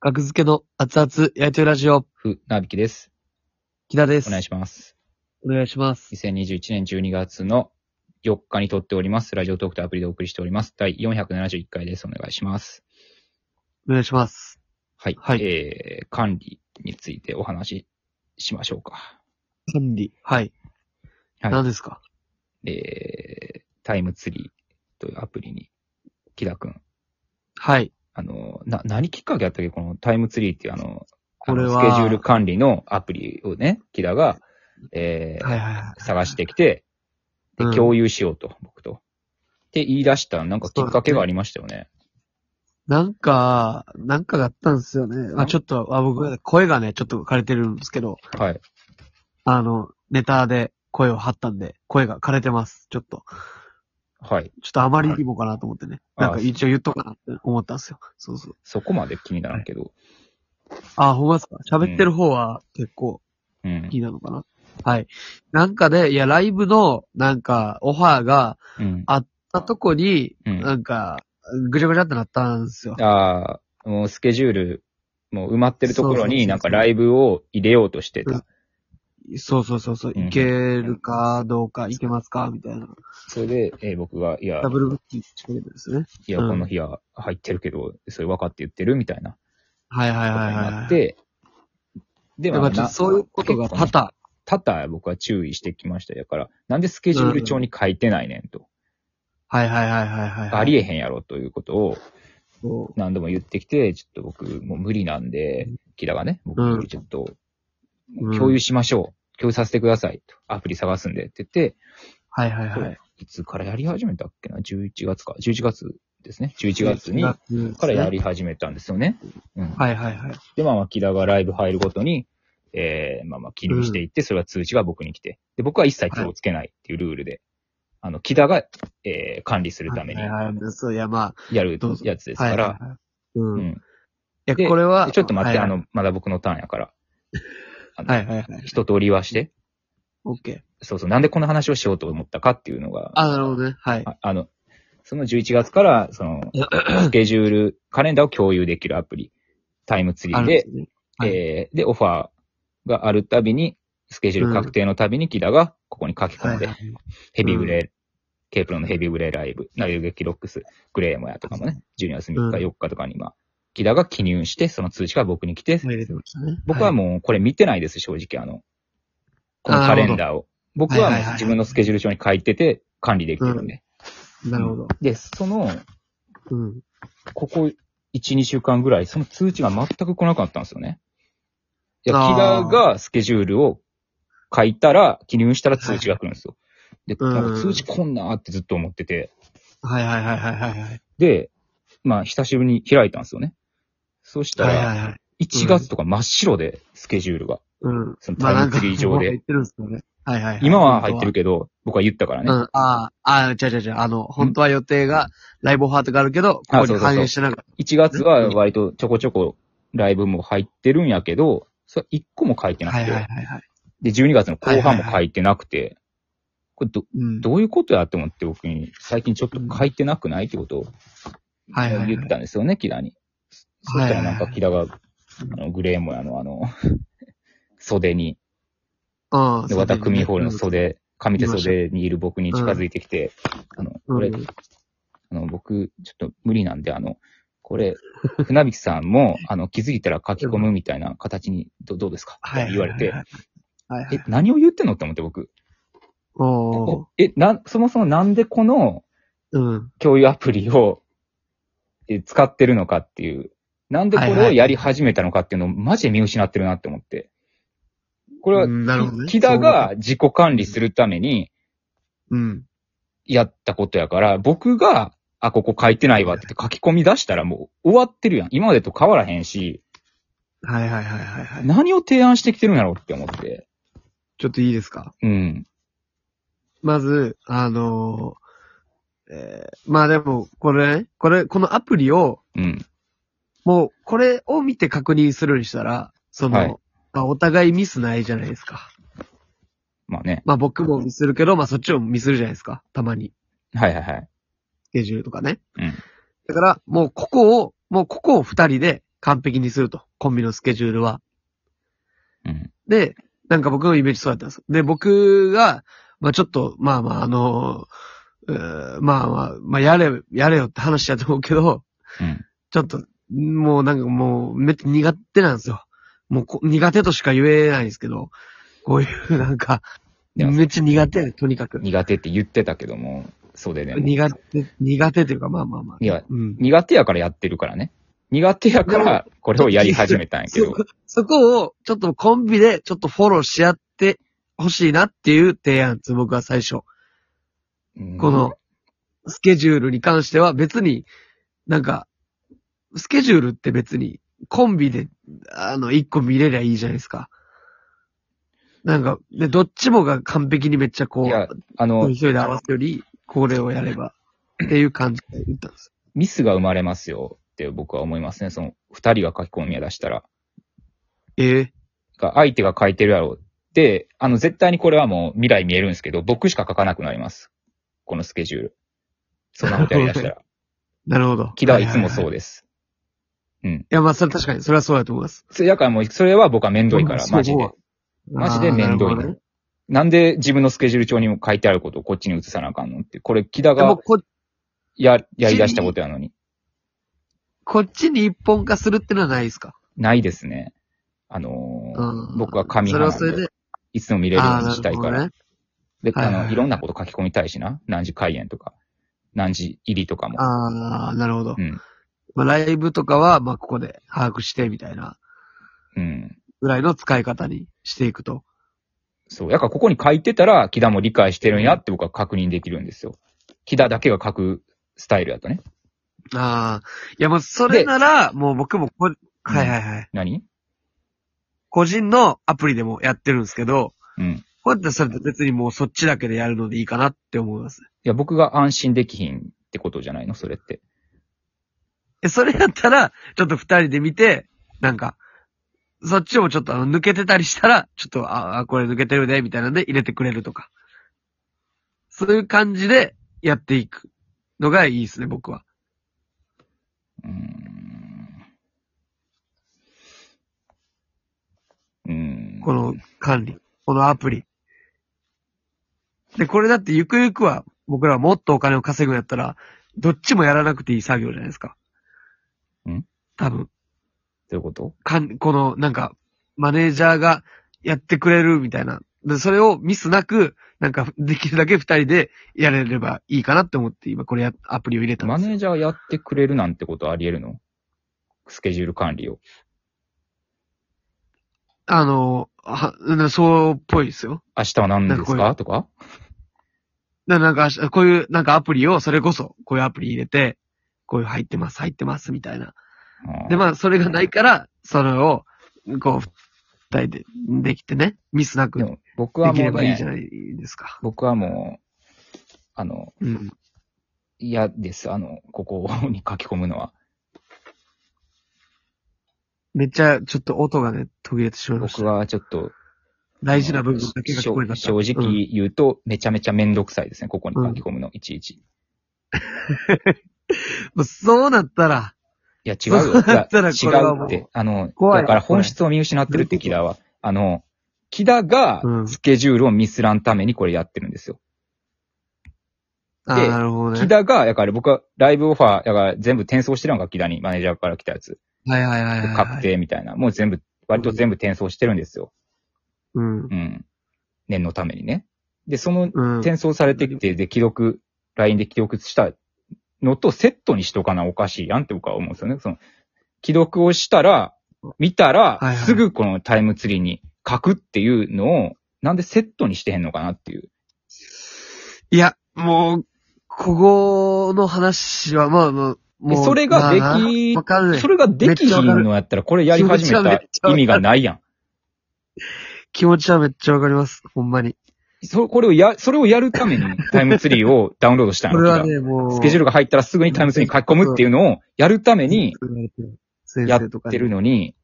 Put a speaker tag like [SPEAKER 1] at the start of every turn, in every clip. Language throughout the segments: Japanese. [SPEAKER 1] 格付けの熱々焼いてるラジオ、
[SPEAKER 2] ふ、なびきです。
[SPEAKER 1] 木田です。
[SPEAKER 2] お願いします。
[SPEAKER 1] お願いします。
[SPEAKER 2] 2021年12月の4日に撮っております。ラジオトークとアプリでお送りしております。第471回です。お願いします。
[SPEAKER 1] お願いします。
[SPEAKER 2] はい。
[SPEAKER 1] はい
[SPEAKER 2] えー、管理についてお話ししましょうか。
[SPEAKER 1] 管理。はい。
[SPEAKER 2] はい
[SPEAKER 1] 何ですか
[SPEAKER 2] えー、タイムツリーというアプリに、木田くん。
[SPEAKER 1] はい。
[SPEAKER 2] あの、な、何きっかけあったっけこのタイムツリーっていうあの、あ
[SPEAKER 1] これ
[SPEAKER 2] の
[SPEAKER 1] は
[SPEAKER 2] スケジュール管理のアプリをね、木田が、えー、
[SPEAKER 1] はいはいはい。
[SPEAKER 2] 探してきて、で
[SPEAKER 1] うん、
[SPEAKER 2] 共有しようと、僕と。って言い出した、なんかきっかけがありましたよね。
[SPEAKER 1] なんか、なんかがあったんですよね。まあちょっと、あ僕、声がね、ちょっと枯れてるんですけど、
[SPEAKER 2] はい。
[SPEAKER 1] あの、ネタで声を張ったんで、声が枯れてます。ちょっと。
[SPEAKER 2] はい。
[SPEAKER 1] ちょっとあまりにもかなと思ってね。
[SPEAKER 2] は
[SPEAKER 1] な
[SPEAKER 2] い
[SPEAKER 1] んか一応言っとくかなって思ったんですよ。そうそう。
[SPEAKER 2] そこまで気にならんけど。
[SPEAKER 1] あ、ほんまですか喋ってる方は結構、
[SPEAKER 2] うん
[SPEAKER 1] 好。きなのかな。はい。なんかで、いや、ライブの、なんか、オファーが
[SPEAKER 2] うん。
[SPEAKER 1] あったとこに、
[SPEAKER 2] うん
[SPEAKER 1] なんか、ぐちゃぐちゃってなったんですよ。
[SPEAKER 2] ああ、もうスケジュール、もう埋まってるところ
[SPEAKER 1] そうそうそうそ
[SPEAKER 2] に
[SPEAKER 1] う
[SPEAKER 2] なんかライブを入れようとして
[SPEAKER 1] うん
[SPEAKER 2] た。
[SPEAKER 1] そうそうそうそう、
[SPEAKER 2] うん
[SPEAKER 1] いけるかどうか、いけますかみたいな。
[SPEAKER 2] それで、えー僕が、いや
[SPEAKER 1] ダ、ブルブッキーって言ってですね。
[SPEAKER 2] いや、この日は入ってるけど、それ分かって言ってるみたいな
[SPEAKER 1] はいはい
[SPEAKER 2] こと
[SPEAKER 1] はい
[SPEAKER 2] に
[SPEAKER 1] はい
[SPEAKER 2] な
[SPEAKER 1] は
[SPEAKER 2] っ
[SPEAKER 1] い。
[SPEAKER 2] て、で
[SPEAKER 1] でまあちょっ
[SPEAKER 2] な
[SPEAKER 1] とそういうことが多
[SPEAKER 2] 結構ね
[SPEAKER 1] 々。
[SPEAKER 2] 多々僕は注意してきました。だから、なんでスケジュール帳に書いてないねんと。
[SPEAKER 1] はいはいはいはいはい。
[SPEAKER 2] ありえへんやろということを、
[SPEAKER 1] そう
[SPEAKER 2] 何度も言ってきて、ちょっと僕、もう無理なんで、キラがね、僕
[SPEAKER 1] うん、
[SPEAKER 2] ちょっと、
[SPEAKER 1] うん
[SPEAKER 2] 共有しましょう。共有させてください。とアプリ探すんでって言って、
[SPEAKER 1] はいはいはい。
[SPEAKER 2] いつからやり始めたっけな ?11 月か。11月ですね。11月に、
[SPEAKER 1] 11月
[SPEAKER 2] からや。り始めたんですよね。うん。
[SPEAKER 1] はいはいはい。
[SPEAKER 2] で、まあまあ、キラがライブ入るごとに、えー、まあまあ、記入していって、それは通知が僕に来て。で、僕は一切手をつけないっていうルールで、あの、キラが、えー、管理するために
[SPEAKER 1] はいはいはい。そう、いやまあ、
[SPEAKER 2] やる
[SPEAKER 1] どうぞ
[SPEAKER 2] やつです
[SPEAKER 1] は
[SPEAKER 2] か
[SPEAKER 1] い
[SPEAKER 2] ら
[SPEAKER 1] は、いはい。う。
[SPEAKER 2] うん
[SPEAKER 1] い
[SPEAKER 2] ん。
[SPEAKER 1] や、
[SPEAKER 2] で
[SPEAKER 1] これは。
[SPEAKER 2] ちょっと待って、
[SPEAKER 1] はい
[SPEAKER 2] あ、の、まだ僕のターンやから。あの
[SPEAKER 1] はいはいはい。
[SPEAKER 2] 一通り言わして。
[SPEAKER 1] オッケー。
[SPEAKER 2] そうそう、なんでこの話をしようと思ったかっていうのが、
[SPEAKER 1] あ、なるほどね。はい。
[SPEAKER 2] ああの、その11月から、その、スケジュール、カレンダーを共有できるアプリ、タイムツリ
[SPEAKER 1] あ
[SPEAKER 2] ー
[SPEAKER 1] るんで、
[SPEAKER 2] です
[SPEAKER 1] ね。はい
[SPEAKER 2] えーで、オファーがあるたびに、スケジュール確定のたびに、キラがここに書き込んで、
[SPEAKER 1] はいはい
[SPEAKER 2] ヘビーグレー、ケープロのヘビーグレーライブ、なる劇ロックス、グレーモヤとかもね、12月3日、
[SPEAKER 1] うん
[SPEAKER 2] 4日とかに、まあ、キラが記入して、その通知が僕に来て、
[SPEAKER 1] 入れてましたね。
[SPEAKER 2] 僕は
[SPEAKER 1] も
[SPEAKER 2] もうこれ見てないです、正直あの、このカレンダーを。僕は
[SPEAKER 1] はいは
[SPEAKER 2] もう
[SPEAKER 1] いはい
[SPEAKER 2] 自分のスケジュール帳に書いてて管理できてるんで。
[SPEAKER 1] う、なるほど。
[SPEAKER 2] で、その、
[SPEAKER 1] うん。
[SPEAKER 2] ここ1、2週間ぐらい、その通知が全く来なかったんですよね。いや、キ
[SPEAKER 1] あ
[SPEAKER 2] ラ
[SPEAKER 1] ー
[SPEAKER 2] がスケジュールを書いたら、記入したら通知が来るんですよ。で、
[SPEAKER 1] うん
[SPEAKER 2] なんか通知来んなーってずっと思ってて。
[SPEAKER 1] はいはいはいはいはいはい。
[SPEAKER 2] で、まあ、久しぶりに開いたんですよね。そした
[SPEAKER 1] はいは
[SPEAKER 2] ら、
[SPEAKER 1] いはい。
[SPEAKER 2] 1月とか真っ白で、スケジュールが。
[SPEAKER 1] うん。
[SPEAKER 2] その
[SPEAKER 1] まあな
[SPEAKER 2] タイ
[SPEAKER 1] ん
[SPEAKER 2] ム
[SPEAKER 1] か、
[SPEAKER 2] ツリー上で
[SPEAKER 1] 入。ってるんですよね。はいはいい。
[SPEAKER 2] 今は入ってるけど、僕は言ったから
[SPEAKER 1] う
[SPEAKER 2] ね。
[SPEAKER 1] ん。ああ、ああ、違う違う違う。あの、本当は予定が、ライブオファーとかあるけど、ここ
[SPEAKER 2] あそ
[SPEAKER 1] に
[SPEAKER 2] うそうそう
[SPEAKER 1] 反映してなかっ
[SPEAKER 2] 1月は割とちょこちょこライブも入ってるんやけど、それ1個も書いて
[SPEAKER 1] た。
[SPEAKER 2] な
[SPEAKER 1] は
[SPEAKER 2] く
[SPEAKER 1] い
[SPEAKER 2] て、
[SPEAKER 1] はいはいはい。
[SPEAKER 2] で、12月の後半も書いてなくて、これど、
[SPEAKER 1] うん。
[SPEAKER 2] どういうことやって思って僕に、最近ちょっと書いてなくないってことを
[SPEAKER 1] はいはいはい。
[SPEAKER 2] 言ったんですよね、キラに。そしたらなんかキラが、あの、グレーモヤのあ の、袖に、
[SPEAKER 1] うん。
[SPEAKER 2] で、ワタクミホールの
[SPEAKER 1] そう
[SPEAKER 2] 袖、上手袖にいる僕に近づいてきて、あの、これ
[SPEAKER 1] うん、
[SPEAKER 2] あの、僕、ちょっと無理なんで、あの、これ、船引さんも、あの、気づいたら書き込むみたいな形に、どどうですか
[SPEAKER 1] はいはい。
[SPEAKER 2] 言われて
[SPEAKER 1] は、いはいはい。
[SPEAKER 2] え、何を言ってんのって思って僕。
[SPEAKER 1] おー。
[SPEAKER 2] え、な、そもそもなんでこの
[SPEAKER 1] うん。
[SPEAKER 2] 共有アプリをえ使ってるのかっていう、なんでこ
[SPEAKER 1] はい
[SPEAKER 2] れ
[SPEAKER 1] は
[SPEAKER 2] を
[SPEAKER 1] い
[SPEAKER 2] やり始めたのかっていうのをマジで見失ってるなって思って。これは、
[SPEAKER 1] うんなるほどね
[SPEAKER 2] 木田が自己管理するために
[SPEAKER 1] うん。
[SPEAKER 2] やったことやから、僕が、あ、ここ書いてないわって書き込み出したらもう終わってるやん。今までと変わらへんし、
[SPEAKER 1] はいはいはいはいはい。
[SPEAKER 2] 何を提案してきてるんやろうって思って。
[SPEAKER 1] ちょっといいですか
[SPEAKER 2] うん。
[SPEAKER 1] まず、あのー、えー、まあでも、これね、これ、このアプリを、
[SPEAKER 2] うん。
[SPEAKER 1] もう、これを見て確認するにしたら、その、
[SPEAKER 2] はい
[SPEAKER 1] まあ、お互いミスないじゃないですか。
[SPEAKER 2] まあね。
[SPEAKER 1] まあ僕もミスるけど、まあそっちもミスるじゃないですか。たまに。
[SPEAKER 2] はいはいはい。
[SPEAKER 1] スケジュールとかね。
[SPEAKER 2] うん
[SPEAKER 1] だから、もうここを、もうここを二人で完璧にすると。コンビのスケジュールは。
[SPEAKER 2] うん。
[SPEAKER 1] で、なんか僕のイメージそうだったんです。で、僕が、まあちょっと、まあまああの、うーまあまあ、まあやれ、やれよって話だと思うけど、
[SPEAKER 2] うん。
[SPEAKER 1] ちょっと、もうなんかもう、めっちゃ苦手なんですよ。もうこ苦手としか言えないんですけど、こういうなんか、
[SPEAKER 2] いや
[SPEAKER 1] めっちゃ苦手やねとにかく。
[SPEAKER 2] 苦手って言ってたけども、そうでね。
[SPEAKER 1] 苦手、苦手というか、まあまあまあ。
[SPEAKER 2] いや、
[SPEAKER 1] うん。
[SPEAKER 2] 苦手やからやってるからね。苦手やから、これをやり始めたんやけ
[SPEAKER 1] そ
[SPEAKER 2] ど。
[SPEAKER 1] こ、そこを、ちょっとコンビで、ちょっとフォローし合ってほしいなっていう提案です、僕は最初。
[SPEAKER 2] うん
[SPEAKER 1] この、スケジュールに関しては別に、なんか、スケジュールって別に、コンビで、あの、一個見れりゃいいじゃないですか。なんか、で、どっちもが完璧にめっちゃこ、
[SPEAKER 2] いうや、あ
[SPEAKER 1] 一
[SPEAKER 2] の、
[SPEAKER 1] 人で合わせより、これをやれば、っていう感じで言ったんです。
[SPEAKER 2] ミスが生まれますよって僕は思いますね。その、二人が書き込みを出したら。
[SPEAKER 1] ええ
[SPEAKER 2] が相手が書いてるやろうって、あの、絶対にこれはもう未来見えるんですけど、僕しか書かなくなります。このスケジュール。そんなことやり だしたら。
[SPEAKER 1] なるほど。
[SPEAKER 2] 木田はいつもそう
[SPEAKER 1] い
[SPEAKER 2] です。
[SPEAKER 1] や、まあ、それ確かに、それはそうだと思います。
[SPEAKER 2] それだからもう、それは僕はめんどいから、マジで。。マジでめんどい
[SPEAKER 1] なるほどね
[SPEAKER 2] の。なんで自分のスケジュール帳にも書いてあることをこっちに移さなあかんのって。これ、木田
[SPEAKER 1] でも
[SPEAKER 2] が
[SPEAKER 1] こ、
[SPEAKER 2] や、やり出したことやのに。
[SPEAKER 1] こっちに一本化するってのはないですか
[SPEAKER 2] ないですね。あのー
[SPEAKER 1] うん
[SPEAKER 2] 僕は紙
[SPEAKER 1] それは
[SPEAKER 2] 派
[SPEAKER 1] そ
[SPEAKER 2] な
[SPEAKER 1] れ
[SPEAKER 2] ん
[SPEAKER 1] で
[SPEAKER 2] で、、いつでも見れるよ
[SPEAKER 1] ああー、
[SPEAKER 2] うに
[SPEAKER 1] な
[SPEAKER 2] したい
[SPEAKER 1] るほ
[SPEAKER 2] か
[SPEAKER 1] ど
[SPEAKER 2] ら。
[SPEAKER 1] ね。
[SPEAKER 2] で、
[SPEAKER 1] はいはい
[SPEAKER 2] あ
[SPEAKER 1] は
[SPEAKER 2] の、
[SPEAKER 1] い
[SPEAKER 2] いろんなこと書き込みたいしな。何時開演とか、何時入りとかも。
[SPEAKER 1] ああ、なるほど
[SPEAKER 2] う。ん。
[SPEAKER 1] まあ、ライブとかは、まあ、ここで把握して、みたいな、
[SPEAKER 2] うん。
[SPEAKER 1] ぐらいの使い方にしていくと。
[SPEAKER 2] そう。だからここに書いてたら、木田も理解してるんやって僕は確認できるんですよ。木田だけが書くスタイルやとね。
[SPEAKER 1] ああ、いや、もう、それなら、もう僕もこ、はいはいはい。
[SPEAKER 2] 何
[SPEAKER 1] 個人のアプリでもやってるんですけど、
[SPEAKER 2] うん。い
[SPEAKER 1] こうやってそれと別にもうそっちだけでやるのでいいかなって思います。
[SPEAKER 2] や、僕が安心できひんってことじゃないのそれって。
[SPEAKER 1] え、それやったら、ちょっと二人で見て、なんか、そっちもちょっとあの抜けてたりしたら、ちょっと、ああ、これ抜けてるね、みたいなんで入れてくれるとか。そういう感じでやっていくのがいいですね、僕は。
[SPEAKER 2] うーん。うーん。
[SPEAKER 1] この管理。このアプリ。で、これだってゆくゆくは、僕らはもっとお金を稼ぐんやったら、どっちもやらなくていい作業じゃないですか。
[SPEAKER 2] ん
[SPEAKER 1] 多分。
[SPEAKER 2] どういうこと
[SPEAKER 1] かん、この、なんか、マネージャーがやってくれるみたいな。で、それをミスなく、なんか、できるだけ二人でやれればいいかなって思って、今これや、アプリを入れたん
[SPEAKER 2] マ
[SPEAKER 1] です
[SPEAKER 2] ネージャーやってくれるなんてことあり得るのスケジュール管理を。
[SPEAKER 1] あの、は、なそうっぽいですよ。
[SPEAKER 2] 明日は何です
[SPEAKER 1] なん
[SPEAKER 2] かとか
[SPEAKER 1] ななんか、こういう、なんかアプリを、それこそ、こういうアプリ入れて、こういう入ってます、入ってます、みたいな。で、
[SPEAKER 2] あ
[SPEAKER 1] まあ、それがないから、それを、こう、二人で、できてね、ミスな
[SPEAKER 2] ー
[SPEAKER 1] く
[SPEAKER 2] で
[SPEAKER 1] で
[SPEAKER 2] も僕は
[SPEAKER 1] き
[SPEAKER 2] も
[SPEAKER 1] れ
[SPEAKER 2] う、
[SPEAKER 1] ばいいじゃ
[SPEAKER 2] ね、
[SPEAKER 1] ないですか。
[SPEAKER 2] 僕はもう、あの、
[SPEAKER 1] うん。
[SPEAKER 2] 嫌です。あの、ここに書き込むのは。
[SPEAKER 1] めっちゃ、ちょっと音がね、途切れてしまいました
[SPEAKER 2] 僕。はちょっと、
[SPEAKER 1] 大事な部分だけが聞こえなかった。
[SPEAKER 2] 正正
[SPEAKER 1] うん。
[SPEAKER 2] 直言うと、めちゃめちゃめんどくさいですね。ここに書き込むの、いちいち。い
[SPEAKER 1] もうそうなったら、
[SPEAKER 2] や、違うよ。
[SPEAKER 1] そう だったら
[SPEAKER 2] い
[SPEAKER 1] これ
[SPEAKER 2] や
[SPEAKER 1] は
[SPEAKER 2] 違
[SPEAKER 1] もう
[SPEAKER 2] うって。あの、
[SPEAKER 1] 怖い
[SPEAKER 2] だから本質を見失ってるっ
[SPEAKER 1] どう
[SPEAKER 2] て、
[SPEAKER 1] い
[SPEAKER 2] 木
[SPEAKER 1] うこと
[SPEAKER 2] 田は。あの、木田が
[SPEAKER 1] う、ん
[SPEAKER 2] スケジュールをミスらんためにこれやってるんですよ。
[SPEAKER 1] あ
[SPEAKER 2] で
[SPEAKER 1] ーなるほど
[SPEAKER 2] 木
[SPEAKER 1] ね。
[SPEAKER 2] 田が、だから僕はライブオファー、だから全部転送してるのが木田に、マネージャーから来たやつ。
[SPEAKER 1] はいはいはいはい。
[SPEAKER 2] 確。定みたいな。もう全部、割と全部転送してるんですよ。
[SPEAKER 1] うん。
[SPEAKER 2] うん。念のためにね。で、その
[SPEAKER 1] うん。
[SPEAKER 2] 転送されてきて、で、記録、LINE で記録したのとセットにしとかなおかしいやんって僕は思うんですよね。その、記録をしたら、見たら
[SPEAKER 1] いはい、
[SPEAKER 2] すぐこのタイムツリーに書くっていうのを、なんでセットにしてへんのかなっていう。
[SPEAKER 1] いや、もう、ここの話は、まあ、まあもう、
[SPEAKER 2] それができ
[SPEAKER 1] まあなわかんない
[SPEAKER 2] そ。れができひんのやったら、これやり始めた意味がないやん。
[SPEAKER 1] 気持ちはめっちゃわかります。ほんまに。
[SPEAKER 2] そ、これをや、それをやるためにタイムツリーをダウンロードしたん
[SPEAKER 1] これ
[SPEAKER 2] やろ
[SPEAKER 1] は
[SPEAKER 2] 君
[SPEAKER 1] ね、も
[SPEAKER 2] が
[SPEAKER 1] う。
[SPEAKER 2] スケジュールが入ったらすぐにタイムツリーに書き込むっていうのをやるために
[SPEAKER 1] 先
[SPEAKER 2] や
[SPEAKER 1] 生
[SPEAKER 2] っ
[SPEAKER 1] とか
[SPEAKER 2] て
[SPEAKER 1] に
[SPEAKER 2] るのに、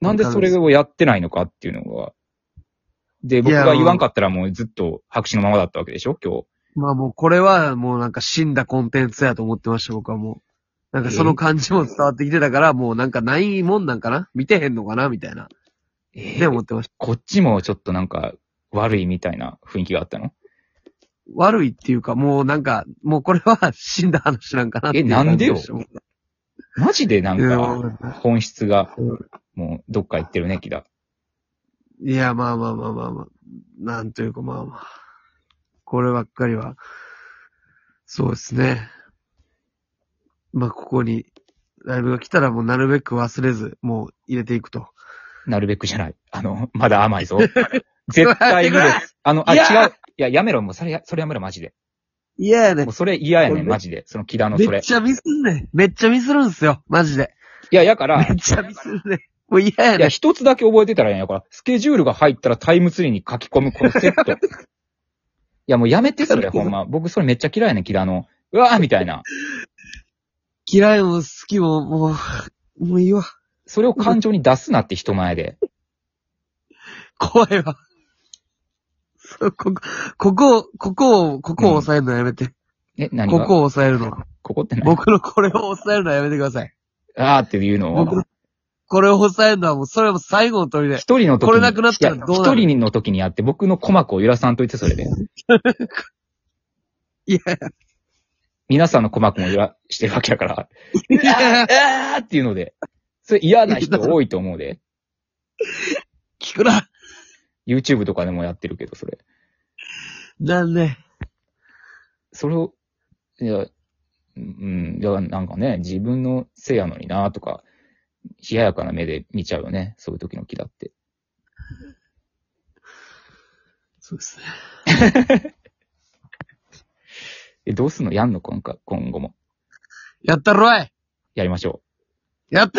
[SPEAKER 2] なんでそれをやってないのかっていうのが。で、僕が言わんかったらもうずっと白紙のままだったわけでしょ今日。
[SPEAKER 1] まあもうこれはもうなんか死んだコンテンツやと思ってました、僕はもなんかその感じも伝わってきてたから、もうなんかないもんなんかな見てへんのかなみたいな。
[SPEAKER 2] え
[SPEAKER 1] で、思ってました。
[SPEAKER 2] こっちもちょっとなんか悪いみたいな雰囲気があったの
[SPEAKER 1] 悪いっていうか、もうなんか、もうこれは死んだ話なんかなっていう感じした
[SPEAKER 2] えマジでなん
[SPEAKER 1] う
[SPEAKER 2] か、
[SPEAKER 1] ん
[SPEAKER 2] 本質が
[SPEAKER 1] うん、
[SPEAKER 2] もうどっか行ってるね、木田。
[SPEAKER 1] いや、まあまあまあまあまあ。なんというかまあまあ。こればっかりは、そうですね。まあ、ここに、ライブが来たらもうなるべく忘れず、もう入れていくと。
[SPEAKER 2] なるべくじゃない。あの、まだ甘 いぞ。絶対無理です。あの、あ、
[SPEAKER 1] い
[SPEAKER 2] 違
[SPEAKER 1] や
[SPEAKER 2] う。いや、やめろ、もうそれや、それやめろ、マジで。
[SPEAKER 1] いややね
[SPEAKER 2] もう。それ嫌や
[SPEAKER 1] こ
[SPEAKER 2] ね
[SPEAKER 1] れ
[SPEAKER 2] ん、マジで。その木田の
[SPEAKER 1] め
[SPEAKER 2] それ。
[SPEAKER 1] っ
[SPEAKER 2] い
[SPEAKER 1] ちゃミスんねん。めっちゃミスるんすよ。マジで。
[SPEAKER 2] や、やから、
[SPEAKER 1] めっちゃミスるねん。もう嫌や
[SPEAKER 2] いや、
[SPEAKER 1] ねん。
[SPEAKER 2] 一つだけ覚えてたらええんやから、スケジュールが入ったらタイムツリーに書き込むこのセ ット。いや、もうやめてそれ、ほんま。僕それめっちゃ嫌いやねん、木田の。うわーみたいな。
[SPEAKER 1] 嫌いも好きも、もう、もういいわ。
[SPEAKER 2] それを感情に出すなって人前で。
[SPEAKER 1] 怖いわ。そうここ、ここを、ここを、ここを抑えるのやめて。
[SPEAKER 2] え、何
[SPEAKER 1] こ
[SPEAKER 2] が
[SPEAKER 1] こを抑えるの。
[SPEAKER 2] ここって何
[SPEAKER 1] 僕のこれを抑えるのはやめてください。
[SPEAKER 2] あーっていうのを
[SPEAKER 1] 僕。のこれを抑えるのはもう、それも最後の鳥で。
[SPEAKER 2] 一人の時に。
[SPEAKER 1] これなくなったらどうなる
[SPEAKER 2] いや一人の時にやって、僕の鼓膜を揺らさんといて、それで。
[SPEAKER 1] いや、
[SPEAKER 2] 皆さんの鼓膜も揺らしてるわけや から。
[SPEAKER 1] いや、
[SPEAKER 2] あーっていうので。それ嫌な人多いと思うで。
[SPEAKER 1] 聞くな。
[SPEAKER 2] YouTube とかでもやってるけど、それ。
[SPEAKER 1] なんで。
[SPEAKER 2] それを、いや、うん、いや、なんかね、自分のせいやのになとか、冷ややかな目で見ちゃうよね。そういう時の気だって。
[SPEAKER 1] そうですね。
[SPEAKER 2] え、どうすんのやんの今回、今後も。
[SPEAKER 1] やったろい
[SPEAKER 2] やりましょう。
[SPEAKER 1] やった